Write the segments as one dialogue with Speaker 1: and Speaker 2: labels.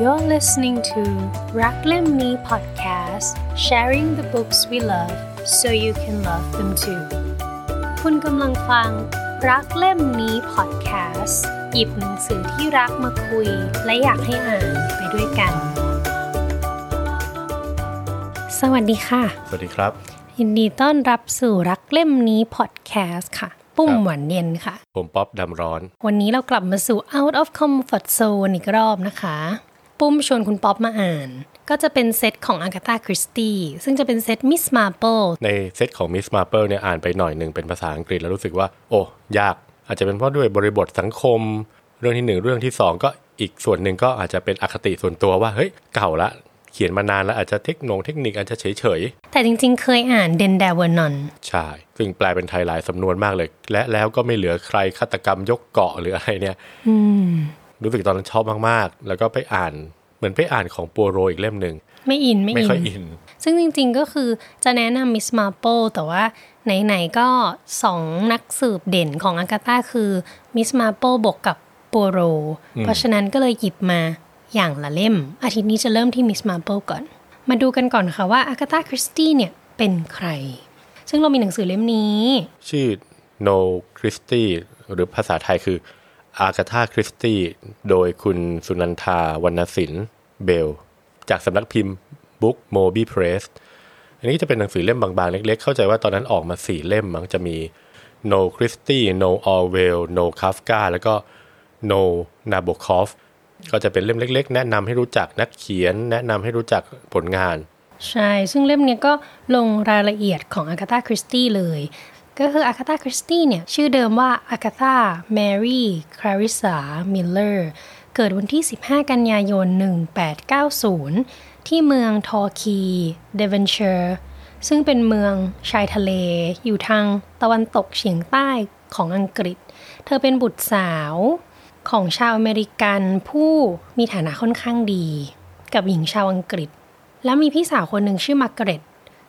Speaker 1: You're listening to รักเล่มนี้ podcast sharing the books we love so you can love them too คุณกำลังฟัง รักเล่มนี้ podcast หยิบหนังสือที่รักมาคุย และอยากให้อ่านไปด้วยกัน สวัสดีค่ะ
Speaker 2: สวัสดีครับ
Speaker 1: ยินดีต้อนรับสู่รักเล่มนี้ podcast ค่ะ ปุ้ม
Speaker 2: ครับ
Speaker 1: หวานเย็นค่ะ
Speaker 2: ผมป๊อปดำร้อน
Speaker 1: วันนี้เรากลับมาสู่ out of comfort zone อีกรอบนะคะ ปุ้มชวนคุณป๊อปมาอ่าน ก็จะเป็นเซตของอากาตาคริสตี้ซึ่งจะเป็นเซตมิสมาเปิล
Speaker 2: ในเซตของมิสมาเปิลเนี่ยอ่านไปหน่อยหนึ่งเป็นภาษาอังกฤษแล้วรู้สึกว่า โอ้ ยาก อาจจะเป็นเพราะด้วยบริบทสังคม เรื่องที่หนึ่งเรื่องที่สองก็อีกส่วนหนึ่งก็อาจจะเป็นอคติส่วนตัวว่า เฮ้ย เก่าละ เขียนมานานแล้วอาจจะเทคโนงเทคนิคอาจจะเฉยเฉย
Speaker 1: แต่จริงๆ เคยอ่านเดนเดเวอร์นอน
Speaker 2: ๆใช่ซึ่งแปลเป็นไทยหลายสำนวนมากเลย และแล้วก็ไม่เหลือใครฆาตกรรมยกเกาะหรืออะไรเนี่ยรู้สึกตอนนั้นชอบมากๆ แล้วก็ไปอ่านเหมือนไปอ่านของปัวโรอีกเล่มหนึ่ง
Speaker 1: ไม่อินไม่
Speaker 2: ไม่
Speaker 1: อิ
Speaker 2: ค่อย
Speaker 1: น
Speaker 2: อิน
Speaker 1: ซึ่งจริงๆ ก็คือจะแนะนำมิสมาเปิลแต่ว่าไหนๆ ก็สองนักสืบเด่นของอากาตาคือมิสมาเปิลบวกกับปูโร เพราะฉะนั้นก็เลยหยิบมาอย่างละเล่ม อาทิตย์นี้จะเริ่มที่มิสมาเปิลก่อน มาดูกันก่อนค่ะว่าอากาตาคริสตี้เนี่ยเป็นใคร ซึ่งเรามีหนังสือเล่มนี้
Speaker 2: ชื่อโนคริสตี้หรือภาษาไทยคืออากาธาคริสตี้โดยคุณสุนันทาวรรณศิลป์เบล จากสำนักพิมพ์บุ๊กโมบีเพรสอันนี้จะเป็นหนังสือเล่มบางๆ เล็กๆ เข้าใจว่าตอนนั้นออกมาสี่เล่มมั้งจะมี No Christie No Orwell No Kafka แล้วก็ No Nabokov ก็จะเป็นเล่มเล็ก ๆ แนะนำให้รู้จักนักเขียน แนะนำให้รู้จักผลงาน
Speaker 1: ใช่ ซึ่งเล่มเนี้ยก็ลงรายละเอียดของอากาธาคริสตี้เลย ก็คืออากาธาคริสตี้เนี่ย ชื่อเดิมว่าอากาธาแมรี่คลาริสามิลเลอร์ เกิดวันที่ 15 กันยายน 1890 ที่เมืองทอร์คีเดเวนเชอร์ซึ่งเป็นเมืองชายทะเล อยู่ทางตะวันตกเฉียงใต้ของอังกฤษ เธอเป็นบุตรสาว ของชาวอเมริกันผู้มีฐานะค่อนข้างดี กับหญิงชาวอังกฤษ แล้วมีพี่สาวคนหนึ่งชื่อมาร์กาเร็ต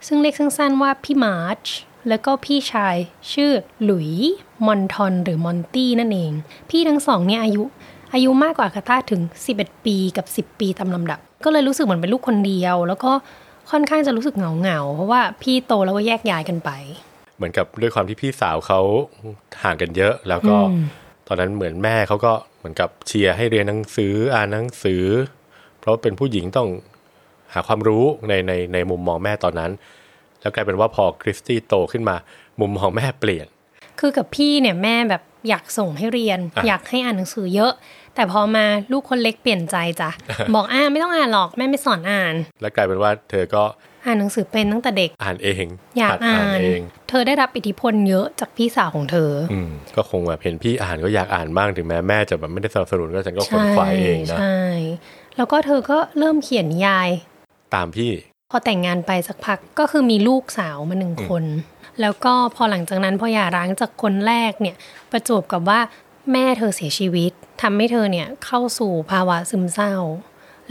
Speaker 1: ซึ่งเรียกสั้นๆว่าพี่มาร์ชแล้วก็พี่ชายชื่อหลุยมอนทอนหรือมอนตี้นั่นเอง พี่ทั้งสองเนี่ยอายุอายุมากกว่าอากาตาถึง 11 ปีกับ 10 ปีตามลำดับ ก็เลยรู้สึกเหมือนเป็นลูกคนเดียว แล้วก็ค่อนข้างจะรู้สึกเหงาๆเพราะว่าพี่โตแล้วก็แยกย้ายกันไป
Speaker 2: เหมือนกับด้วยความที่พี่สาวเขาห่างกันเยอะ แล้วก็ตอนนั้นเหมือนแม่เขาก็เหมือนกับเชียร์ให้เรียนหนังสืออ่านหนังสือ เพราะเป็นผู้หญิงต้องหาความรู้ในในในมุมมองแม่ตอนนั้น แล้วกลายเป็นว่าพอคริสตี้โตขึ้นมา มุมมองแม่เปลี่ยน
Speaker 1: คือกับพี่เนี่ยแม่แบบอยากส่งให้เรียน
Speaker 2: อ่ะ
Speaker 1: อยากให้อ่านหนังสือเยอะ แต่พอมาลูกคนเล็กเปลี่ยนใจจ้ะ บอกอ่าไม่ต้องอ่านหรอกแม่ไม่สอนอ่าน
Speaker 2: แล้วกลายเป็นว่าเธอก็
Speaker 1: อ่านหนังสือเป็นตั้งแต่เด็ก
Speaker 2: อ่านเอง
Speaker 1: อยาก
Speaker 2: หัด
Speaker 1: อ่าน
Speaker 2: เอง
Speaker 1: เธอได้รับอิทธิพลเยอะจากพี่สาวของเธออ
Speaker 2: อืมก็คงแบบเห็นพี่อ่านก็อยากอ่านบ้างถึงแม้แม่จะแบบไม่ได้สนับสนุนก็ฉันก็ค้น
Speaker 1: ใช่
Speaker 2: คว้าเองนะ
Speaker 1: ใช่แล้วก็เธอก็เริ่มเขียนนิยาย
Speaker 2: ตามพี่
Speaker 1: พอแต่งงานไปสักพักก็คือมีลูกสาวมาหนึ่งคน แล้วก็พอหลังจากนั้นพอหย่าร้างจากคนแรกเนี่ยประจวบกับว่าแม่เธอเสียชีวิตทำให้เธอเนี่ยเข้าสู่ภาวะซึมเศร้า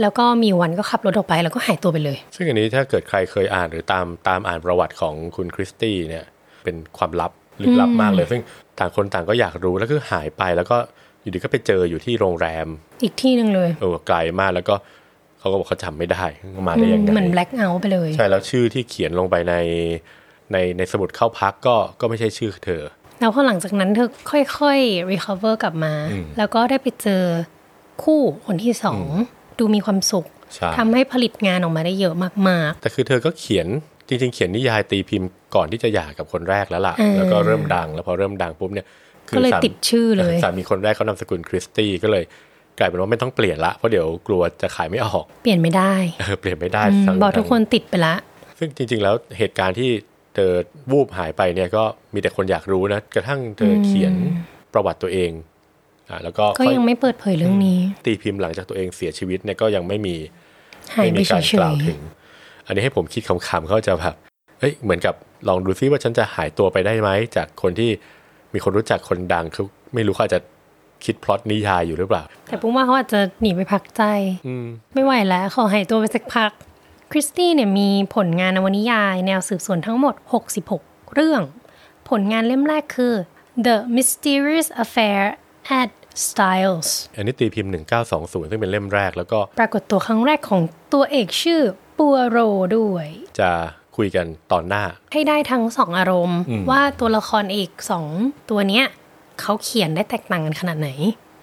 Speaker 1: แล้วก็มีวันก็ขับรถออกไปแล้วก็หายตัวไปเลย
Speaker 2: ซึ่งอันนี้ถ้าเกิดใครเคยอ่านหรือตามตามอ่านประวัติของคุณคริสตี้เนี่ยเป็นความลับลึกลับมากเลย ซึ่งต่างคนต่างก็อยากรู้แล้วคือหายไปแล้วก็อยู่ดีก็ไปเจออยู่ที่โรงแรม
Speaker 1: อีกที่หนึ่งเลย
Speaker 2: เออไกลมากแล้วก็เขาก็บอกเขาจำไม่ได้มาได้ยังไง
Speaker 1: เหมือนแบล็ k เอาท์ไปเลย
Speaker 2: ใช่แล้วชื่อที่เขียนลงไปในในในสมุดเข้าพักก็ก็ไม่ใช่ชื่อเธอ
Speaker 1: แล้วพอหลังจากนั้นเธอค่อยๆ recover กลับมา แล้วก็ได้ไปเจอคู่คนที่สองดูมีความสุข
Speaker 2: ใช่
Speaker 1: ทำให้ผลิตงานออกมาได้เยอะมาก ๆ
Speaker 2: แต่คือเธอก็เขียนจริง ๆ เขียนนิยายตีพิมพ์ก่อนที่จะหย่ากับคนแรกแล้วล่ะ
Speaker 1: เออ
Speaker 2: แล้วก็เริ่มดังแล้วพอเริ่มดังปุ๊บเนี่ยคือ
Speaker 1: ก็เลย
Speaker 2: สาม
Speaker 1: ติดชื่อเลย
Speaker 2: สามีคนแรกเขานามสกุลคริสตี้ก็เลย กลายเป็นว่าไม่ต้องเปลี่ยนละเพราะเดี๋ยวกลัวจะขายไม่ออก
Speaker 1: เปลี่ยนไม่ได้
Speaker 2: เออเปลี่ยนไม่ได้
Speaker 1: อืม
Speaker 2: ทั้ง
Speaker 1: บอกทุกคนติดไปละ
Speaker 2: ซึ่งจริง ๆ แล้วเหตุการณ์ที่เธอวูบหายไปเนี่ยก็มีแต่คนอยากรู้นะ กระทั่งเธอเขียนประวัติตัวเองอ่าแล้วก็
Speaker 1: ก็
Speaker 2: ค่อย
Speaker 1: ยังไม่เปิดเผยเรื่องนี้
Speaker 2: ตีพิมพ์หลังจากตัวเองเสียชีวิตเนี่ยก็ยังไม่มี
Speaker 1: หาย
Speaker 2: ไม่
Speaker 1: ไป
Speaker 2: มี
Speaker 1: เฉ
Speaker 2: การ
Speaker 1: ย
Speaker 2: กล่าวถึง อันนี้ให้ผมคิดคำๆเขาจะแบบเอ้ยเหมือนกับลองดูซิว่าฉันจะหายตัวไปได้ไหมจากคนที่มีคนรู้จักคนดังคือไม่รู้เขาอาจจะคิดพล็อตนิยายอยู่หรือเปล่า
Speaker 1: ๆแต่ปุ้มว่าเขาอาจจะหนีไปพักใจ
Speaker 2: อืม
Speaker 1: ไม่ไหวแล้วขอหายตัวไปสักพัก คริสตี้เนี่ยมีผลงานนวนิยาย แนวสืบสวนทั้งหมด 66 เรื่อง ผลงานเล่มแรกคือ The Mysterious Affair at Styles
Speaker 2: อันนี้ตีพิมพ์ 1920 ซึ่งเป็นเล่มแรก แล้วก็
Speaker 1: ปรากฏตัวครั้งแรกของตัวเอกชื่อปัวโรด้วย
Speaker 2: จะคุยกันตอนหน้า
Speaker 1: ให้ได้ทั้งสองอารมณ์
Speaker 2: อืม
Speaker 1: ว่าตัวละครเอกสองตัวเนี้ยเขาเขียนได้แตกต่างกันขนาดไหน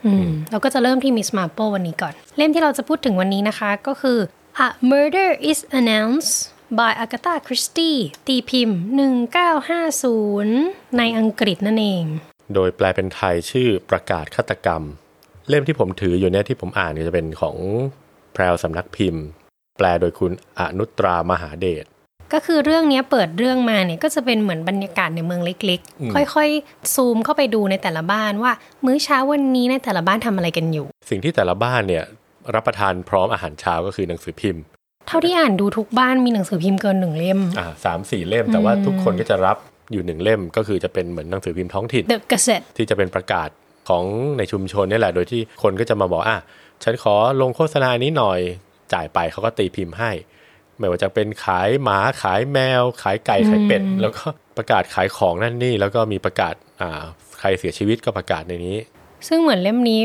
Speaker 1: อืมเราก็จะเริ่มที่ Miss Marple วันนี้ก่อน เล่มที่เราจะพูดถึงวันนี้นะคะก็คือ A Murder is Announced by Agatha Christie ตีพิมพ์ 1950 ในอังกฤษนั่นเอง
Speaker 2: โดยแปลเป็นไทยชื่อประกาศฆาตกรรม เล่มที่ผมถืออยู่เนี่ยที่ผมอ่านเนี่ยจะเป็นของแพรวสำนักพิมพ์ แปลโดยคุณอนุตรามหาเดช
Speaker 1: ก็คือเรื่องเนี้ยเปิดเรื่องมาเนี่ยก็จะเป็นเหมือนบรรยากาศในเมืองเล็ก
Speaker 2: อืม
Speaker 1: ๆ ค่อยๆ ซูมเข้าไปดูในแต่ละบ้านว่า มื้อเช้าวันนี้ในแต่ละบ้านทำอะไรกันอยู่
Speaker 2: สิ่งที่แต่ละบ้านเนี่ยรับประทานพร้อมอาหารเช้าก็คือหนังสือพิมพ์
Speaker 1: เท่าที่อ่านดูทุกบ้านมีหนังสือพิมพ์เกินหนึ่งเล่ม
Speaker 2: อ่าสามสี่เล่ม แต่ว่าทุกคนก็จะรับอยู่หนึ่งเล่ม ก็คือจะเป็นเหมือนหนังสือพิมพ์ท้องถิ่น
Speaker 1: The Gazette
Speaker 2: ที่จะเป็นประกาศของในชุมชนนี่แหละ โดยที่คนก็จะมาบอกอ่ะฉันขอลงโฆษณานี้หน่อยจ่ายไปเขาก็ตีพิมพ์ให้ ไม่ว่าจะเป็นขายหมาขายแมว ขายไก่ขายเป็ด แล้วก็ประกาศขายของนั่นนี่ แล้วก็มีประกาศอ่าใครเสียชีวิตก็ประกาศในนี้
Speaker 1: ซึ่งเหมือนเล่มนี้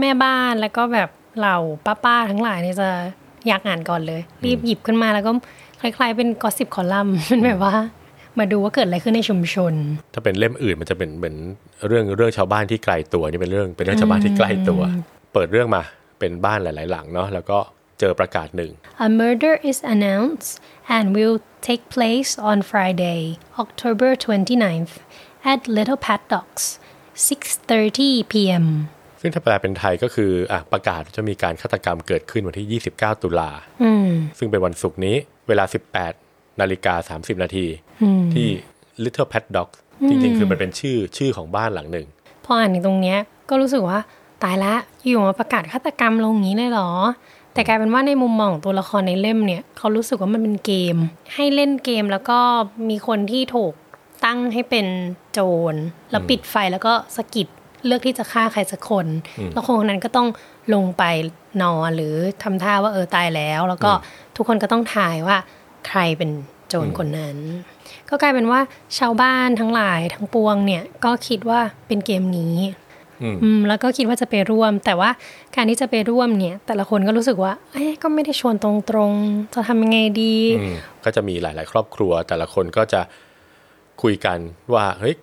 Speaker 1: แม่บ้านแล้วก็แบบเหล่าป้าๆทั้งหลายเนี่ยจะอยากอ่านก่อนเลย รีบหยิบขึ้นมาแล้วก็คล้ายๆเป็นกอสิบคอลัมน์ เป็นแบบว่า มาดูว่าเกิดอะไรขึ้นในชุมชน
Speaker 2: ถ้าเป็นเล่มอื่นมันจะเป็นเหมือนเรื่องเรื่องชาวบ้านที่ไกลตัวนี่เป็นเรื่องเป็นเรื่องชาวบ้านที่ใกล้ตัว เปิดเรื่องมาเป็นบ้านหลาย ๆ หลังเนาะแล้วก็เจอประกาศหนึ่ง
Speaker 1: A murder is announced and will take place on Friday October 29th at Little Paddocks 6:30 p.m.
Speaker 2: ซึ่งถ้าแปลเป็นไทยก็คืออ่ะประกาศว่าจะมีการฆาตกรรมเกิดขึ้นวันที่ 29 ตุลา
Speaker 1: อืม
Speaker 2: ซึ่งเป็นวันศุกร์นี้เวลา 18 นาฬิกา 30 นาที ที่ Little Pet Dog จริง ๆ คือมันเป็นชื่อชื่อของบ้านหลังหนึ่ง
Speaker 1: พออ่านถึงตรงเนี้ยก็รู้สึกว่าตายละอยู่มาประกาศฆาตกรรมลงอย่างนี้เลยเหรอ แต่กลายเป็นว่าในมุมมองของตัวละครในเล่มเนี่ย เขารู้สึกว่ามันเป็นเกม ให้เล่นเกมแล้วก็มีคนที่ถูกตั้งให้เป็นโจร แล้วปิดไฟแล้วก็สะกิดเลือกที่จะฆ่าใครสักคน แล้วคนคนนั้นก็ต้องลงไปนอนหรือทำท่าว่าเออตายแล้ว แล้วก็ทุกคนก็ต้องทายว่าใครเป็นโจรคนนั้น ก็กลายเป็นว่าชาวบ้านทั้งหลายทั้งปวงเนี่ยก็คิดว่าเป็นเกมนี้
Speaker 2: อืม
Speaker 1: อืมแล้วก็คิดว่าจะไปร่วม แต่ว่าการที่จะไปร่วมเนี่ย แต่ละคนก็รู้สึกว่าเอ้ยก็ไม่ได้ชวนตรงๆ จะทำยังไงดี
Speaker 2: อืมก็จะมีหลาย ๆ ครอบครัว แต่ละคนก็จะคุยกันว่าเฮ้ย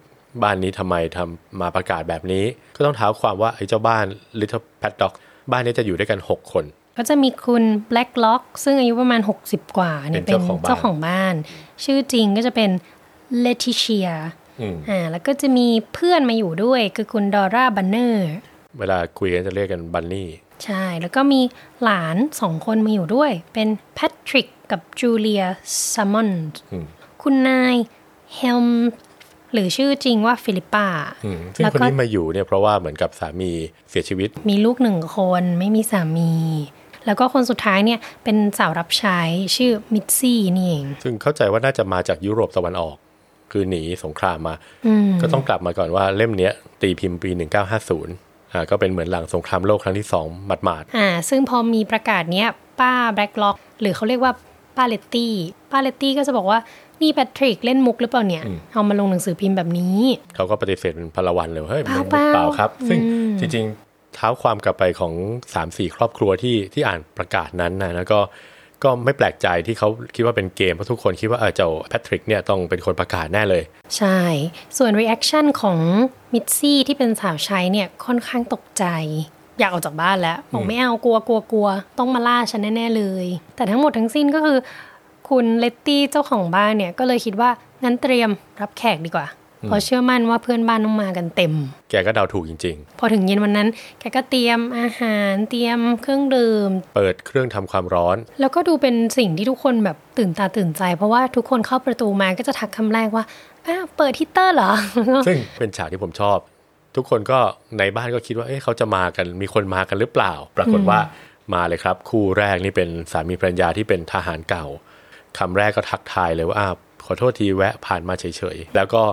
Speaker 2: บ้านนี้ทำไมทำมาประกาศแบบนี้ ก็ต้องเท้าความว่าไอ้เจ้าบ้าน Little Pet Dog บ้านนี้จะอยู่ด้วยกัน 6 คน
Speaker 1: ก็จะมีคุณ Black Lock ซึ่งอายุประมาณ 60 กว่าเนี่ย
Speaker 2: เป็นเจ้าของบ้าน
Speaker 1: เจ้าของบ้าน ชื่อจริงก็จะเป็น Leticia
Speaker 2: อืม
Speaker 1: อ่าแล้วก็จะมีเพื่อนมาอยู่ด้วยคือคุณดอร่าบันเนอร์
Speaker 2: เวลาคุยกันจะเรียกกันบันนี่
Speaker 1: ใช่ แล้วก็มีหลานสองคนมาอยู่ด้วย เป็นแพทริกกับจูเลียซัมมอน
Speaker 2: อืม
Speaker 1: คุณนายเฮลมหรือชื่อจริงว่าฟิลิปปา
Speaker 2: อืมซึ่ง
Speaker 1: แล้ว
Speaker 2: ค
Speaker 1: ก็
Speaker 2: นที่มาอยู่เนี่ยเพราะว่าเหมือนกับสามีเสียชีวิต
Speaker 1: มีลูกหนึ่งคนไม่มีสามี แล้วก็คนสุดท้ายเนี่ย เป็นสาวรับใช้ชื่อมิตซี่นี่เอง
Speaker 2: ซึ่งเข้าใจว่าน่าจะมาจากยุโรปตะวันออก คือหนีสงครามมา ก็ต้องกลับมาก่อนว่าเล่มเนี้ยตีพิมพ์ปี 1950อ่าก็เป็นเหมือนหลังสงครามโลกครั้งที่สองหมาด
Speaker 1: อ่า ซึ่งพอมีประกาศเนี้ย ป้าแบล็กล็อก หรือเขาเรียกว่าป้าเลตตี้ ป้าเลตตี้ก็จะบอกว่า นี่แพทริกเล่นมุกหรือเปล่าเนี่ย เอามาลงหนังสือพิมพ์แบบนี้
Speaker 2: ๆเขาก็ปฏิเสธเป็นพลวันเลยว่าเฮ้ย
Speaker 1: เปล่า
Speaker 2: มันเปล่า
Speaker 1: เปล่า
Speaker 2: ครับ ซึ่ง
Speaker 1: อืม
Speaker 2: จริงๆเท้าความกลับไปของ 3 4 ครอบครัวที่ที่อ่านประกาศนั้นนะแล้วก็ก็ไม่แปลกใจที่เขาคิดว่าเป็นเกมเพราะทุกคนคิดว่าเออเจ้าแพทริกเนี่ยต้องเป็นคนประกาศแน่เลย
Speaker 1: ใช่ ส่วน reaction ของมิตซี่ที่เป็นสาวใช้เนี่ยค่อนข้างตกใจ อยากออกจากบ้านแล้วบอกไม่เอากลัวกลัวกลัวต้องมาล่าฉันแน่ ๆ เลย แต่ทั้งหมดทั้งสิ้นก็คือ คุณเลตตี้เจ้าของบ้านเนี่ย ก็เลยคิดว่า งั้นเตรียมรับแขกดีกว่า เพราะเชื่อมั่นว่าเพื่อนบ้านต้องมากันเต็ม
Speaker 2: แกก็เดาถูกจริง ๆ
Speaker 1: พอถึงเย็นวันนั้น แกก็เตรียมอาหารเตรียมเครื่องดื่ม
Speaker 2: เปิดเครื่องทำความร้อน
Speaker 1: แล้วก็ดูเป็นสิ่งที่ทุกคนแบบตื่นตาตื่นใจ เพราะว่าทุกคนเข้าประตูมาก็จะทักคำแรกว่าอ้าวเปิดฮีตเตอร์เหรอ
Speaker 2: ซึ่งเป็นฉากที่ผมชอบ ทุกคนก็ในบ้านก็คิดว่าเอ๊ะเขาจะมากันมีคนมากันหรือเปล่า ปรากฏว่ามาเลยครับ คู่แรกนี่เป็นสามีภรรยาที่เป็นทหารเก่าคำแรกก็ทักทายเลยว่าอ้าวขอโทษทีแวะผ่านมาเฉยๆ แล้วก็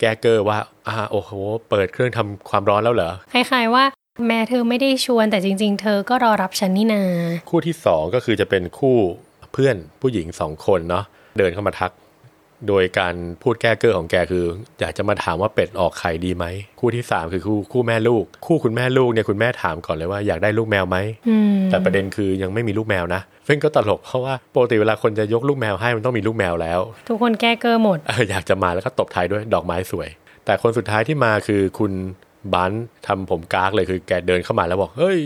Speaker 2: แก้เกอร์ว่าอ่าโอ้โห เปิดเครื่องทำความร้อนแล้วเหรอ
Speaker 1: คล้ายๆว่าแม่เธอไม่ได้ชวนแต่จริง ๆ เธอก็รอรับฉันนี่นา
Speaker 2: คู่ที่สองก็คือจะเป็นคู่เพื่อนผู้หญิงสองคนเนาะเดินเข้ามาทัก โดยการพูดแก้เกอร์ของแกคือ อยากจะมาถามว่าเป็ดออกไข่ดีไหม คู่ที่ 3 คือคู่คู่แม่ลูก คู่คุณแม่ลูกเนี่ยคุณแม่ถามก่อนเลยว่าอยากได้ลูกแมวไหม
Speaker 1: อืม
Speaker 2: แต่ประเด็นคือยังไม่มีลูกแมวนะ ซึ่งก็ตลกเพราะว่าปกติเวลาคนจะยกลูกแมวให้มันต้องมีลูกแมวแล้ว
Speaker 1: ทุกคนแก้เกอร์หมด
Speaker 2: เอ ออยากจะมาแล้วก็ตบท้ายด้วยดอกไม้สวย แต่คนสุดท้ายที่มาคือคุณบันทำผมกากเลยคือแกเดินเข้ามาแล้วบอกเฮ้ย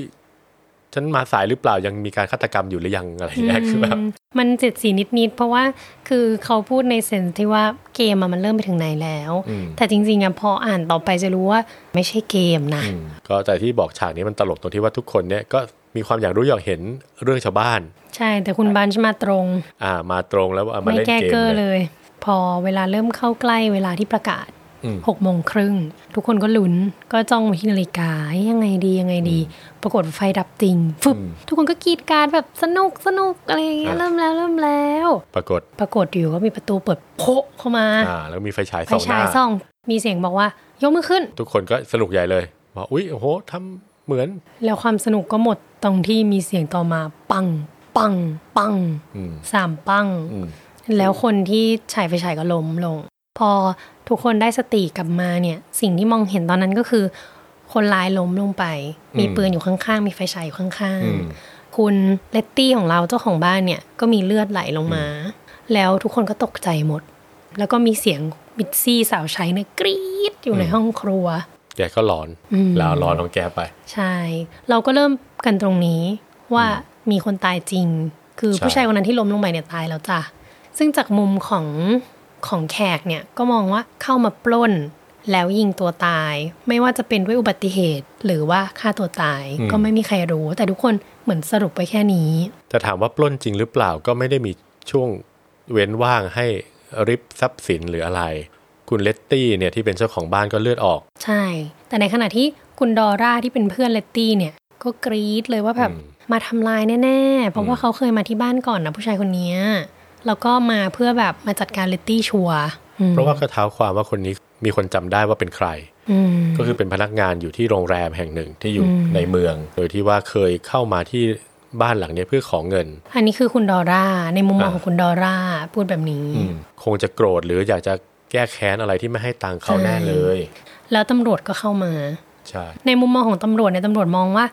Speaker 2: ฉันมาสายหรือเปล่ายังมีการฆาตกรรมอยู่หรือยังอะไรอย่างเงี้ยคือแบบ
Speaker 1: มันเจ็ดสีนิดๆ เพราะว่าคือเขาพูดในเซนส์ที่ว่าเกมอะมันเริ่มไปถึงไหนแล้ว
Speaker 2: อืม
Speaker 1: แต่จริงๆอะพออ่านต่อไปจะรู้ว่าไม่ใช่เกมนะ
Speaker 2: อืมก็แต่ที่บอกฉากนี้มันตลกตรงที่ว่าทุกคนเนี่ยก็มีความอยากรู้อยากเห็นเรื่องชาวบ้าน
Speaker 1: ใช่แต่คุณบันชมาตรง
Speaker 2: อ่า มาตรงแล้วว่ามา
Speaker 1: ไม่
Speaker 2: เล่น
Speaker 1: แก้
Speaker 2: เกม
Speaker 1: เกอร์
Speaker 2: เล
Speaker 1: เลย ย พอเวลาเริ่มเข้าใกล้เวลาที่ประกาศ
Speaker 2: อืม
Speaker 1: หกโมงครึ่ง ทุกคนก็ลุ้นก็จ้องไปที่นาฬิกาเอ๊ะยังไงดียังไงดี ปรากฏไฟดับจริงฟึบทุกคนก็กรีดกรารแบบสนุกสนุกอะไรอย่างเงี้ยเริ่มแล้วเริ่มแล้ว
Speaker 2: ปรากฏ
Speaker 1: ปรากฏอยู่ก็มีประตูเปิดโพะเข้ามา
Speaker 2: อ่า แล้วมีไฟฉาย
Speaker 1: ไฟ
Speaker 2: สองห
Speaker 1: ฉา
Speaker 2: น้าย
Speaker 1: ส่อง มีเสียงบอกว่า ยกมือขึ้น
Speaker 2: ทุกคนก็สนุกใหญ่เลยบอกอุ๊ยโอ้โหทำเหมือน
Speaker 1: แล้วความสนุกก็หมดตรงที่มีเสียงต่อมา ปัง ปัง ปัง
Speaker 2: อืม
Speaker 1: สามปัง
Speaker 2: อืม
Speaker 1: แล้วคนที่ฉายไฟฉายก็ล้มลง พอทุกคนได้สติกลับมาเนี่ย สิ่งที่มองเห็นตอนนั้นก็คือ คนร้ายล้มลงไป มี
Speaker 2: อืม
Speaker 1: ปืนอยู่ข้างๆ มีไฟฉายอยู่ข้าง
Speaker 2: อืม
Speaker 1: ๆ คุณเลตตี้ของเราเจ้าของบ้านเนี่ยก็มีเลือดไหลลงมา แล้วทุกคนก็ตกใจหมด แล้วก็มีเสียงบิดซี่สาวใช้เนี่ยกรี๊ดอยู่ใน
Speaker 2: อืม
Speaker 1: ห้องครัว
Speaker 2: แกก็หลอน
Speaker 1: อืม
Speaker 2: ลาหลอนของแกไป
Speaker 1: ใช่ เราก็เริ่มกันตรงนี้ว่ามีคนตายจริง คือ
Speaker 2: ใช่
Speaker 1: ผู้ชายคนนั้นที่ล้มลงไปเนี่ยตายแล้วจ้ะ ซึ่งจากมุมของของแขกเนี่ยก็มองว่าเข้ามาปล้น แล้วยิงตัวตาย ไม่ว่าจะเป็นด้วยอุบัติเหตุ หรือว่าฆ่าตัวตายก็ไม่มีใครรู้ แต่ทุกคนเหมือนสรุปไปแค่นี้
Speaker 2: แต่ถามว่าปล้นจริงหรือเปล่าก็ไม่ได้มีช่วงเว้นว่างให้ริบทรัพย์สินหรืออะไร คุณเลตตี้เนี่ยที่เป็นเจ้าของบ้านก็เลือดออก
Speaker 1: ใช่ แต่ในขณะที่คุณดอร่าที่เป็นเพื่อนเลตตี้เนี่ย ก็กรี๊ดเลยว่าแบบมาทำลายแน่ๆ เพราะว่าเขาเคยมาที่บ้านก่อนนะผู้ชายคนเนี้ยแล้วก็มาเพื่อแบบมาจัดการเลตตี้ชัวร์อืม
Speaker 2: เพราะว่าก็เท้าความว่าคนนี้มีคนจำได้ว่าเป็นใคร
Speaker 1: อืม
Speaker 2: ก็คือเป็นพนักงานอยู่ที่โรงแรมแห่งหนึ่งที่อยู่ในเมือง โดยที่ว่าเคยเข้ามาที่บ้านหลังเนี้เพื่อของเงิน
Speaker 1: อันนี้คือคุณดอร่า ในมุมมอง
Speaker 2: อ่า
Speaker 1: ของคุณดอร่าพูดแบบนี้
Speaker 2: คงจะโกรธหรืออยากจะแก้แค้นอะไรที่ไม่ให้ตังค์เขาแน่เลย
Speaker 1: แล้วตำรวจก็เข้ามา
Speaker 2: ใช่
Speaker 1: ในมุมมองของตำรวจเนี่ยตำรวจมองว่า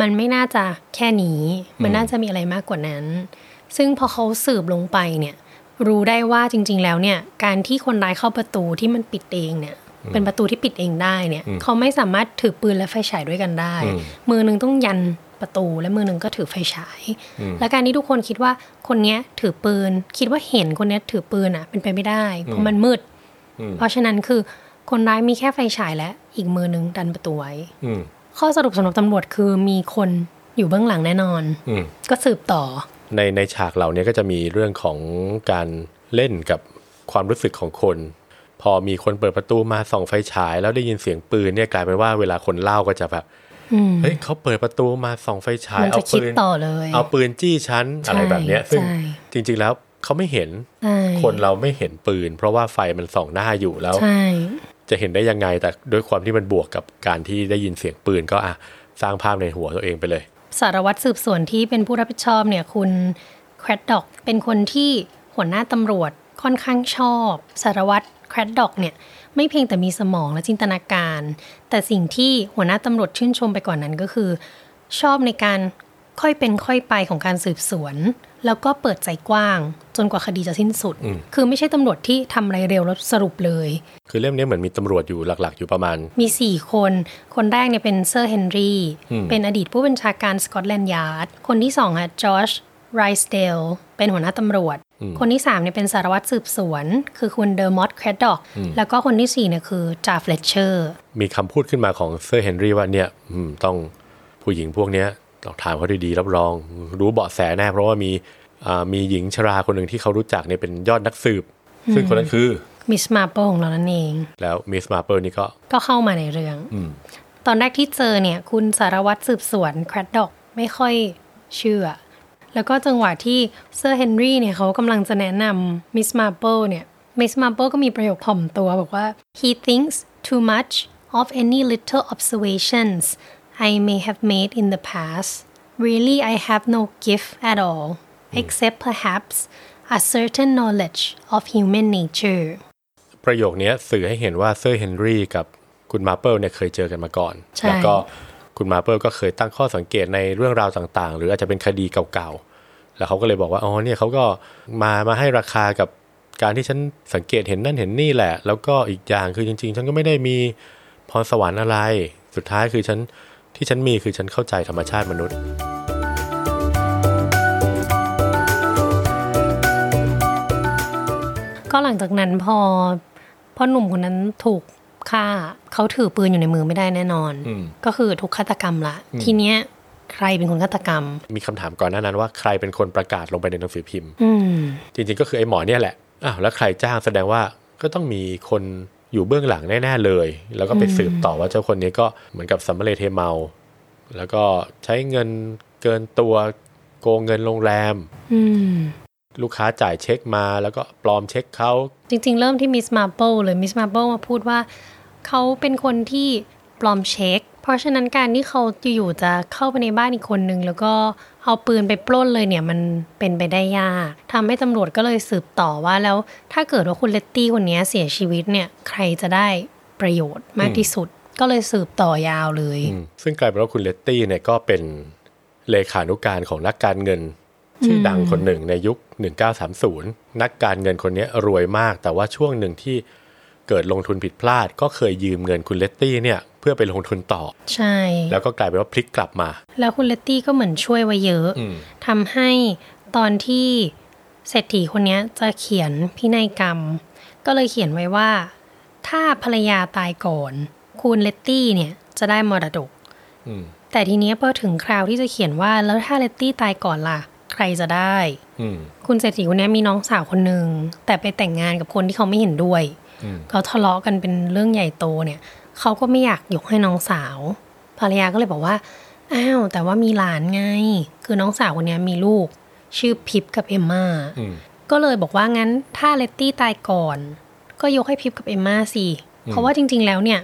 Speaker 1: มันไม่น่าจะแค่นี้ มันน่าจะมีอะไรมากกว่านั้น ซึ่งพอเขาสืบลงไปเนี่ย รู้ได้ว่าจริง ๆ แล้วเนี่ย การที่คนร้ายเข้าประตูที่มันปิดเองเนี่ย เป็นประตูที่ปิดเองได้เนี่ย เขาไม่สามารถถือปืนและไฟฉายด้วยกันได้ มือหนึ่งต้องยันประตูและมือหนึ่งก็ถือไฟฉาย และการที่ทุกคนคิดว่าคนเนี้ยถือปืน คิดว่าเห็นคนเนี้ยถือปืนอ่ะ เป็นไปไม่ได้ เพราะมันมืด เพราะฉะนั้นคือคนร้ายมีแค่ไฟฉายและอีกมือหนึงดันประตูไว้
Speaker 2: อืม
Speaker 1: ข้อสรุปสำหรับตำรวจคือมีคนอยู่เบื้องหลังแน่นอน
Speaker 2: อืม
Speaker 1: ก็สืบต่อ
Speaker 2: ในในฉากเหล่านี้ก็จะมีเรื่องของการเล่นกับความรู้สึกของคน พอมีคนเปิดประตูมาส่องไฟฉาย แล้วได้ยินเสียงปืนเนี่ยกลายเป็นว่าเวลาคนเล่าก็จะแบบ
Speaker 1: อืม
Speaker 2: เฮ้ยเขาเปิดประตูมาส่องไฟฉาย
Speaker 1: มัน
Speaker 2: เอา
Speaker 1: จะคิ
Speaker 2: ปื
Speaker 1: ด
Speaker 2: น
Speaker 1: ต่อเลย
Speaker 2: เอาปืนจี้ฉันอะไรแบบเนี้ยซึ่ง
Speaker 1: ใช่
Speaker 2: จริงๆแล้วเขาไม่เห็น
Speaker 1: ใช่
Speaker 2: คนเราไม่เห็นปืน เพราะว่าไฟมันส่องหน้าอยู่แล้ว
Speaker 1: ใช่
Speaker 2: จะเห็นได้ยังไงแต่ด้วยความที่มันบวกกับการที่ได้ยินเสียงปืนก็อ่ะสร้างภาพในหัวตัวเองไปเลย
Speaker 1: สารวัตรสืบสวนที่เป็นผู้รับผิดชอบเนี่ยคุณแครดดอกเป็นคนที่หัวหน้าตำรวจค่อนข้างชอบ สารวัตรแครดดอกเนี่ย ไม่เพียงแต่มีสมองและจินตนาการ แต่สิ่งที่หัวหน้าตำรวจชื่นชมไปก่อนนั้นก็คือ ชอบในการค่อยเป็นค่อยไปของการสืบสวน แล้วก็เปิดใจกว้าง จนกว่าคดีจะสิ้นสุด
Speaker 2: อืม
Speaker 1: คือไม่ใช่ตำรวจที่ทำอะไรเร็วแล้วสรุปเลย
Speaker 2: คือเล่มนี้เหมือนมีตำรวจอยู่หลัก ๆ อยู่ประมาณ
Speaker 1: มีสี่คน คนแรกเนี่ยเป็นเซอร์เฮนรี่
Speaker 2: อืม
Speaker 1: เป็นอดีตผู้บัญชาการสกอตแลนด์ยาร์ด คนที่สองอะจอชไรสเดล เป็นหัวหน้าตำรวจ คนที่สามเนี่ยเป็นสารวัตรสืบสวน คือคุณเดอร์มอตแครดดอก แล้วก็คนที่สี่เนี่ยคือจ่าเฟลเชอร์
Speaker 2: มีคำพูดขึ้นมาของเซอร์เฮนรี่ว่าเนี่ยอืมต้องผู้หญิงพวกเนี้ยต้องถามเขาดีๆรับรอง รู้เบาะแสแน่เพราะว่ามีอ่ามีหญิงชราคนหนึ่งที่เขารู้จักเนี่ยเป็นยอดนักสืบ ซึ่งคนนั้นคือ
Speaker 1: มิสมาเปิลของเรานั่นเอง
Speaker 2: แล้วมิสมาเปิลนี่ก็
Speaker 1: ก็เข้ามาในเรื่อง
Speaker 2: อืม
Speaker 1: ตอนแรกที่เจอเนี่ย คุณสารวัตรสืบสวนแครดดอกไม่ค่อยเชื่อ แล้วก็จังหวะที่เซอร์เฮนรี่เนี่ยเขากำลังจะแนะนำมิสมาเปิลเนี่ย มิสมาเปิลก็มีประโยคผ่อมตัวบอกว่า he thinks too much of any little observations I may have made in the past really I have no gift at all except perhaps a certain knowledge of human nature
Speaker 2: ประโยคเนี้ยสื่อให้เห็นว่าเซอร์เฮนรี่กับคุณมาเปิลเนี่ยเคยเจอกันมาก่อน
Speaker 1: ใช่
Speaker 2: แล้วก็คุณมาเปิลก็เคยตั้งข้อสังเกตในเรื่องราวต่างๆ หรืออาจจะเป็นคดีเก่าๆ แล้วเขาก็เลยบอกว่า อ๋อเนี่ยเขาก็มามาให้ราคากับการที่ฉันสังเกตเห็นนั่นเห็นนี่แหละ แล้วก็อีกอย่างคือจริง ๆ ฉันก็ไม่ได้มีพรสวรรค์อะไร สุดท้ายคือฉันที่ฉันมีคือฉันเข้าใจธรรมชาติมนุษย์
Speaker 1: ก็หลังจากนั้นพอพ่อหนุ่มคนนั้นถูกฆ่าเขาถือปืนอยู่ในมือไม่ได้แน่นอน
Speaker 2: อืม
Speaker 1: ก็คือถูกฆาตกรรมละ ทีเนี้ยใครเป็นคนฆาตกรรม
Speaker 2: มีคำถามก่อนหน้านั้นว่าใครเป็นคนประกาศลงไปในหนังสือพิมพ์
Speaker 1: อืม
Speaker 2: จริงๆ ก็คือไอ้หมอเนี่ยแหละ อ้าวแล้วใครจ้างแสดงว่าก็ต้องมีคนอยู่เบื้องหลังแน่ ๆ เลย แล้วก็ไปสืบต่อว่าเจ้าคนนี้ก็เหมือนกับสัมเลเทเมา แล้วก็ใช้เงินเกินตัวโกงเงินโรงแรม
Speaker 1: อืม
Speaker 2: ลูกค้าจ่ายเช็คมาแล้วก็ปลอมเช็คเขา
Speaker 1: จริงๆ เริ่มที่มิสมาเปิลเลยมิสมาเปิลมาพูดว่า เขาเป็นคนที่ปลอมเช็ค เพราะฉะนั้นการที่เขาอยู่ๆจะเข้าไปในบ้านอีกคนนึง แล้วก็เอาปืนไปปล้นเลยเนี่ยมันเป็นไปได้ยากทำให้ตำรวจก็เลยสืบต่อว่าแล้วถ้าเกิดว่าคุณเลตตี้คนเนี้ยเสียชีวิตเนี่ยใครจะได้ประโยชน์มากที่สุด ก็เลยสืบต่อยาวเลย
Speaker 2: อืมซึ่งกลายเป็นว่าคุณเลตตี้เนี่ยก็เป็นเลขานุการของนักการเงินชื่อดังคนหนึ่งในยุค 1930 นักการเงินคนเนี้ยรวยมาก แต่ว่าช่วงหนึ่งที่เกิดลงทุนผิดพลาด ก็เคยยืมเงินคุณเลตตี้เนี่ยเพื่อไปลงทุนต่อ
Speaker 1: ใช่
Speaker 2: แล้วก็กลายเป็นว่าพลิกกลับมา
Speaker 1: แล้วคุณเลตตี้ก็เหมือนช่วยไว้เยอะ
Speaker 2: อืม
Speaker 1: ทำให้ตอนที่เศรษฐีคนเนี้ยจะเขียนพินัยกรรม ก็เลยเขียนไว้ว่า ถ้าภรรยาตายก่อน คุณเลตตี้เนี่ยจะได้มรดก
Speaker 2: อืม
Speaker 1: แต่ทีเนี้ยพอถึงคราวที่จะเขียนว่าแล้วถ้าเลตตี้ตายก่อนล่ะ ใครจะได้
Speaker 2: อืม
Speaker 1: คุณเศรษฐีคนเนี้ยมีน้องสาวคนหนึ่งแต่ไปแต่งงานกับคนที่เขาไม่เห็นด้วย
Speaker 2: อืม
Speaker 1: เขาทะเลาะกันเป็นเรื่องใหญ่โตเนี่ยเขาก็ไม่อยากยกให้น้องสาว ภรรยาก็เลยบอกว่าอ้าวแต่ว่ามีหลานไง คือน้องสาวคนเนี้ยมีลูก ชื่อพิบกับเอมมา
Speaker 2: อืม
Speaker 1: ก็เลยบอกว่างั้นถ้าเลตตี้ตายก่อน ก็ยกให้พิบกับเอมมาสิเพราะว่าจริง ๆ แล้วเนี่ย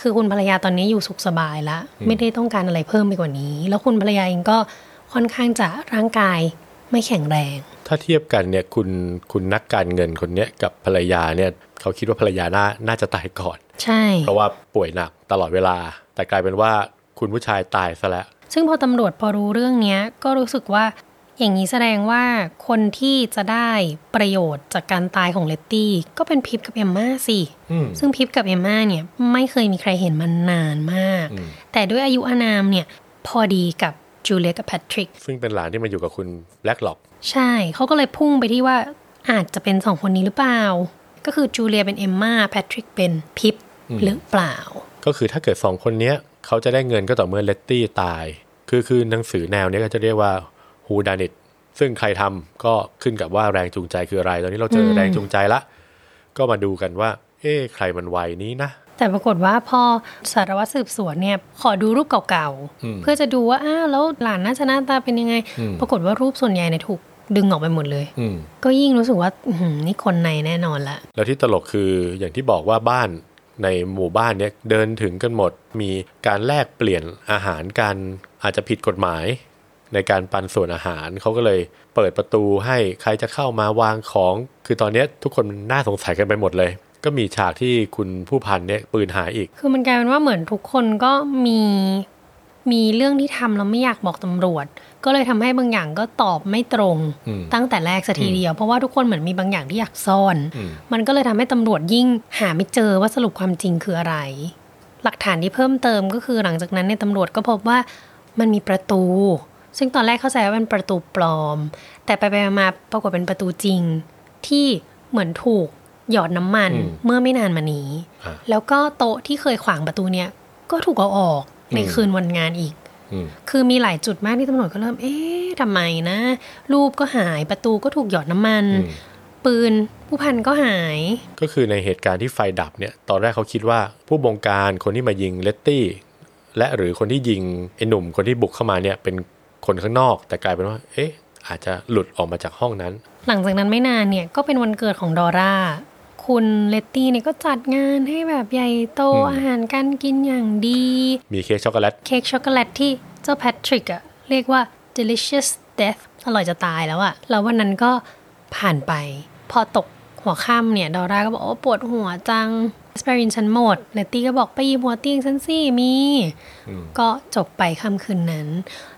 Speaker 1: คือคุณภรรยาตอนนี้อยู่สุขสบายแล้ว ไม่ได้ต้องการอะไรเพิ่มไปกว่านี้ แล้วคุณภรรยาเองก็ค่อนข้างจะร่างกายไม่แข็งแรง
Speaker 2: ถ้าเทียบกันเนี่ยคุณคุณนักการเงินคนเนี้ยกับภรรยาเนี่ยเขาคิดว่าภรรยาน่าน่าจะตายก่อน
Speaker 1: ใช่
Speaker 2: เพราะว่าป่วยหนักตลอดเวลา แต่กลายเป็นว่าคุณผู้ชายตายซะแล้ว
Speaker 1: ซึ่งพอตำรวจพอรู้เรื่องเนี้ย ก็รู้สึกว่าอย่างนี้แสดงว่าคนที่จะได้ประโยชน์จากการตายของเลตตี้ ก็เป็นพิบกับเอมมาสิ
Speaker 2: อืม
Speaker 1: ซึ่งพิบกับเอมมาเนี่ยไม่เคยมีใครเห็นมันนานมาก
Speaker 2: อืม
Speaker 1: แต่ด้วยอายุอานามเนี่ยพอดีกับจูเลียกับแพทริก
Speaker 2: ซึ่งเป็นหลานที่มาอยู่กับคุณแบล็กหลอก
Speaker 1: ใช่เขาก็เลยพุ่งไปที่ว่าอาจจะเป็นสองคนนี้หรือเปล่า ก็คือจูเลียเป็นเอมมาแพทริกเป็นพิบหรือเปล่า
Speaker 2: ก็คือถ้าเกิดสองคนเนี้ยเขาจะได้เงินก็ต่อเมื่อเลตตี้ตาย คือคือหนังสือแนวเนี้ยก็จะเรียกว่า Who Done It ซึ่งใครทำก็ขึ้นกับว่าแรงจูงใจคืออะไร ตอนนี้เราเจออแรงจูงใจละ ก็มาดูกันว่า เอ๊ะใครมันไวนี้นะ
Speaker 1: แต่ปรากฏว่าพอสารวัตรสืบสวนเนี่ยขอดูรูปเก่า
Speaker 2: อืม
Speaker 1: ๆ เพื่อจะดูว่าอ้าวแล้วหลานน่าจะหน้าตาเป็นยังไง
Speaker 2: อืม
Speaker 1: ปรากฏว่ารูปส่วนใหญ่เนี่ยถูกดึงออกไปหมดเลย
Speaker 2: อืม
Speaker 1: ก็ยิ่งรู้สึกว่าอื้อหือนี่คนในแน่นอนละ
Speaker 2: แล้วที่ตลกคืออย่างที่บอกว่าบ้านในหมู่บ้านเนี้ยเดินถึงกันหมด มีการแลกเปลี่ยนอาหารกันอาจจะผิดกฎหมาย ในการปันส่วนอาหารเขาก็เลยเปิดประตูให้ใครจะเข้ามาวางของ คือตอนเนี้ยทุกคนน่าสงสัยกันไปหมดเลย ก็มีฉากที่คุณผู้พันเนี่ยปืนหายอีก
Speaker 1: คือมันกลายเป็นว่าเหมือนทุกคนก็มีมีเรื่องที่ทำแล้วไม่อยากบอกตำรวจ ก็เลยทำให้บางอย่างก็ตอบไม่ตรง
Speaker 2: อืม
Speaker 1: ตั้งแต่แรกสักทีเดียว เพราะว่าทุกคนเหมือนมีบางอย่างที่อยากซ่อน
Speaker 2: อืม
Speaker 1: มันก็เลยทำให้ตำรวจยิ่งหาไม่เจอว่าสรุปความจริงคืออะไร หลักฐานที่เพิ่มเติมก็คือหลังจากนั้นในยตำรวจก็พบว่ามันมีประตู ซึ่งตอนแรกเข้าใจว่าเป็นประตูปลอม แต่ไปไปๆมาๆปรากฏเป็นประตูจริง ที่เหมือนถูกหยอดน้ำมัน
Speaker 2: อืม
Speaker 1: เมื่อไม่นานมานี้
Speaker 2: อ่ะ
Speaker 1: แล้วก็โต๊ะที่เคยขวางประตูเนี่ยก็ถูกเอาออกในคืนวันงานอีก
Speaker 2: อืม
Speaker 1: คือมีหลายจุดมากที่ตำรวจก็เริ่ม เอ๊ะทำไมนะ รูปก็หายประตูก็ถูกหยอดน้ำมัน
Speaker 2: อืม
Speaker 1: ปืนผู้พันก็หาย
Speaker 2: ก็คือในเหตุการณ์ที่ไฟดับเนี่ยตอนแรกเขาคิดว่าผู้บงการคนที่มายิงเลตตี้ และหรือคนที่ยิงไอ้หนุ่มคนที่บุกเข้ามาเนี่ยเป็นคนข้างนอก แต่กลายเป็นว่า เอ๊ะ อาจจะหลุดออกมาจากห้องนั้น
Speaker 1: หลังจากนั้นไม่นานเนี่ยก็เป็นวันเกิดของดอร่า คุณเลตตี้เนี่ยก็จัดงานให้แบบใหญ่โต
Speaker 2: อืม
Speaker 1: อาหารการกินอย่างดี
Speaker 2: มีเค้กช็อกโกแลต
Speaker 1: เค้กช็อกโกแลตที่เจ้าแพทริกอะเรียกว่า delicious death อร่อยจะตายแล้วอะแล้ววันนั้นก็ ผ่านไป พอตกหัวค่ำเนี่ย ดอร่าก็บอกโอ้ปวดหัวจังสเปรินฉันหมดเนตตี้ก็บอกไปหยิบหัวเตียงฉันสิมี ก็จบไปค่ำคืนนั้น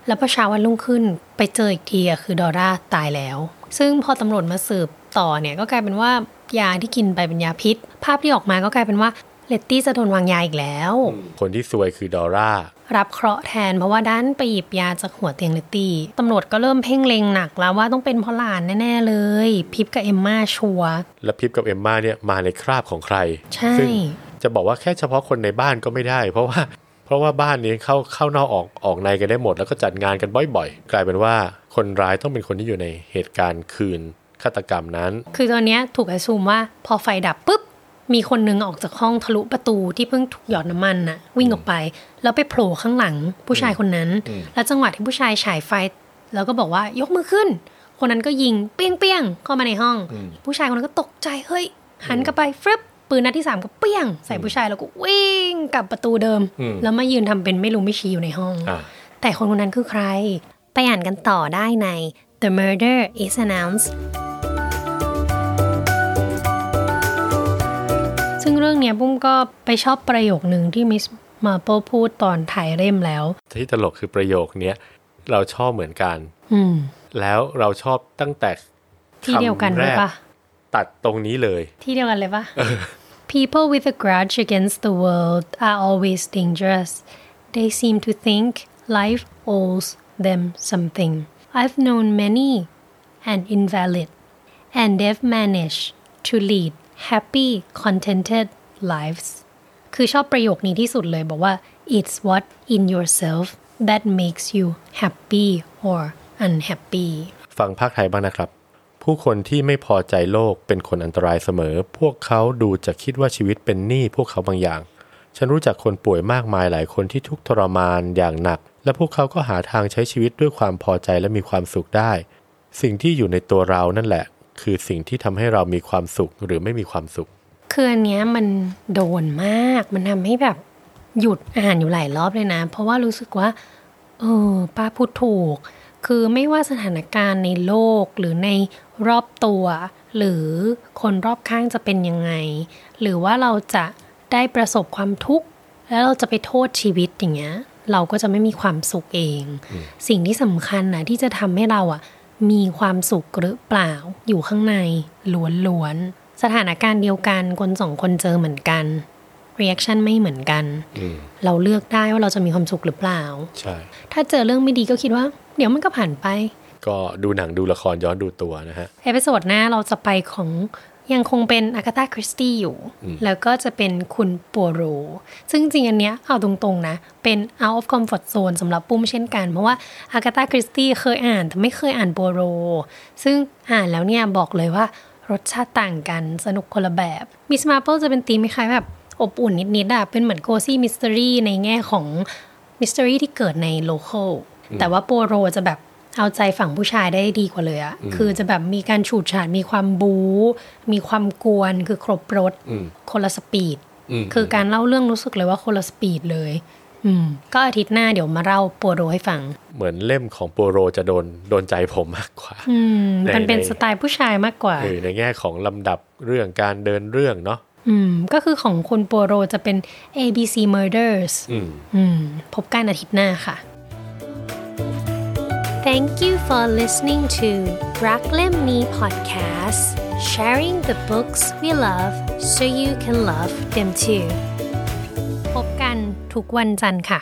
Speaker 1: แล้วพอเช้าวันรุ่งขึ้นไปเจออีกทีอะคือดอร่าตายแล้ว ซึ่งพอตำรวจมาสืบต่อเนี่ยก็กลายเป็นว่ายาที่กินไปเป็นยาพิษ ภาพที่ออกมาก็กลายเป็นว่าเลตตี้จะโดนวางยาอีกแล้ว
Speaker 2: คนที่ซวยคือดอร่า
Speaker 1: รับเคราะห์แทนเพราะว่าด้านไปหยิบยาจากหัวเตียงเลตตี้ตำรวจก็เริ่มเพ่งเล็งหนักแล้วว่าต้องเป็นเพราะหลานแน่ ๆ เลย พิบกับเอมมาชัวร์
Speaker 2: และพิบกับเอมมาเนี่ยมาในคราบของใคร
Speaker 1: ใช่
Speaker 2: ซึ่งจะบอกว่าแค่เฉพาะคนในบ้านก็ไม่ได้ เพราะว่าเพราะว่าบ้านนี้เข้าเข้านอกออกออกในกันได้หมด แล้วก็จัดงานกันบ่อยๆ กลายเป็นว่าคนร้ายต้องเป็นคนที่อยู่ในเหตุการณ์คืนฆาตกรรมนั้น
Speaker 1: คือตอนเนี้ยถูกแอสซูมว่าพอไฟดับปุ๊บ มีคนนึงออกจากห้องทะลุประตูที่เพิ่งถูกหยอดน้ำมันน่ะ วิ่งออกไป แล้วไปโผล่ข้างหลังผู้ชายคนนั้น
Speaker 2: อืม
Speaker 1: แล้วจังหวะที่ผู้ชายฉายไฟ แล้วก็บอกว่ายกมือขึ้น คนนั้นก็ยิงเปี้ยงเปี้ยงๆเข้ามาในห้อง ผู้ชายคนนั้นก็ตกใจเฮ้ย หันกลับไปฟรึบปืนนัดที่สามก็เปี้ยง ใส่ผู้ชายแล้วก็วิ่งกลับประตูเดิม
Speaker 2: อืม
Speaker 1: แล้วมายืนทำเป็นไม่รู้ไม่ชี้อยู่ในห้อง
Speaker 2: อ่ะ
Speaker 1: แต่คนคนนั้นคือใคร ไปอ่านกันต่อได้ใน The Murder is Announced ซึ่งเรื่องเนี้ยปุ้มก็ไปชอบประโยคหนึ่งที่มิสมาโปพูดตอนถ่ายเล่มแล้ว
Speaker 2: ที่ตลกคือประโยคเนี้ยเราชอบเหมือนกัน
Speaker 1: อืม
Speaker 2: แล้วเราชอบตั้งแต่
Speaker 1: ที่เดียวกัน
Speaker 2: คำ
Speaker 1: เล
Speaker 2: แร
Speaker 1: ยปะ
Speaker 2: ตัดตรงนี้เลย
Speaker 1: ที่เดียวกันเลยปะ People with a grudge against the world are always dangerous. They seem to think life owes them something. I've known many and invalid, and they've managed to lead happy, contented lives. คือชอบประโยคนี้ที่สุดเลยบอกว่า it's what in yourself that makes you happy or unhappy
Speaker 2: ฟังภาคไทยบ้างนะครับ ผู้คนที่ไม่พอใจโลกเป็นคนอันตรายเสมอ พวกเขาดูจะคิดว่าชีวิตเป็นหนี้พวกเขาบางอย่าง ฉันรู้จักคนป่วยมากมายหลายคนที่ทุกข์ทรมานอย่างหนัก และพวกเขาก็หาทางใช้ชีวิตด้วยความพอใจและมีความสุขได้ สิ่งที่อยู่ในตัวเรานั่นแหละ คือสิ่งที่ทำให้เรามีความสุขหรือไม่มีความสุข
Speaker 1: คืออันเนี้ยมันโดนมาก มันทำให้แบบหยุดอ่านอยู่หลายรอบเลยนะ เพราะว่ารู้สึกว่า เออป้าพูดถูก คือไม่ว่าสถานการณ์ในโลกหรือในรอบตัว หรือคนรอบข้างจะเป็นยังไง หรือว่าเราจะได้ประสบความทุกข์ แล้วเราจะไปโทษชีวิตอย่างเงี้ย เราก็จะไม่มีความสุขเอง สิ่งที่สำคัญนะที่จะทำให้เราอะมีความสุขหรือเปล่าอยู่ข้างในล้วนๆสถานการณ์เดียวกันคนสองคนเจอเหมือนกัน reaction ไม่เหมือนกัน
Speaker 2: อืม
Speaker 1: เราเลือกได้ว่าเราจะมีความสุขหรือเปล่า
Speaker 2: ใช่
Speaker 1: ถ้าเจอเรื่องไม่ดีก็คิดว่า เดี๋ยวมันก็ผ่านไป
Speaker 2: ก็ดูหนังดูละครย้อนดูตัวนะฮะ
Speaker 1: เอพิโซดหน้าเราจะไปของยังคงเป็นอากา h าคริสตี้อยู่
Speaker 2: อืม
Speaker 1: แล้วก็จะเป็นคุณปัวโร ซึ่งจริงอันเนี้ยเอาตรงๆนะ เป็น out of comfort zone สำหรับปุ้มเช่นกัน เพราะว่าอากา h าคริสตี้เคยอ่าน แต่ไม่เคยอ่านปัวโร ซึ่งอ่านแล้วเนี่ยบอกเลยว่ารสชาติต่างกันสนุกคนละแบบมิสมาเปิลจะเป็นธีมคล้ายๆแบบอบอุ่นนิดๆอะเป็นเหมือนโกซี่มิส t e รีในแง่ของมิส t e รีที่เกิดในโลโ a l แต่ว่าปัวโรจะแบบ เอาใจฝั่งผู้ชายได้ดีกว่าเลยอะคือจะแบบมีการฉูดฉาด มีความบู๊ มีความกวน คือครบรถ
Speaker 2: อืม
Speaker 1: คนละสปีด
Speaker 2: อืม
Speaker 1: คือการเล่าเรื่องรู้สึกเลยว่าคนละสปีดเลย อืม ก็อาทิตย์หน้าเดี๋ยวมาเล่าปัวโรให้ฟัง
Speaker 2: เหมือนเล่มของปูโรจะโดนโดนใจผมมากกว่า
Speaker 1: อืม มันเป็น
Speaker 2: ในใน
Speaker 1: สไตล์ผู้ชายมากกว่า
Speaker 2: เออในแง่ของลำดับเรื่องการเดินเรื่องเนาะ
Speaker 1: อืม ก็คือของคุณปัวโรจะเป็น A B C Murders
Speaker 2: อืม
Speaker 1: อืม พบกันอาทิตย์หน้าค่ะ Thank you for listening to รักเล่มนี้ podcast sharing the books we love so you can love them too พบกันทุกวันจันทร์ค่ะ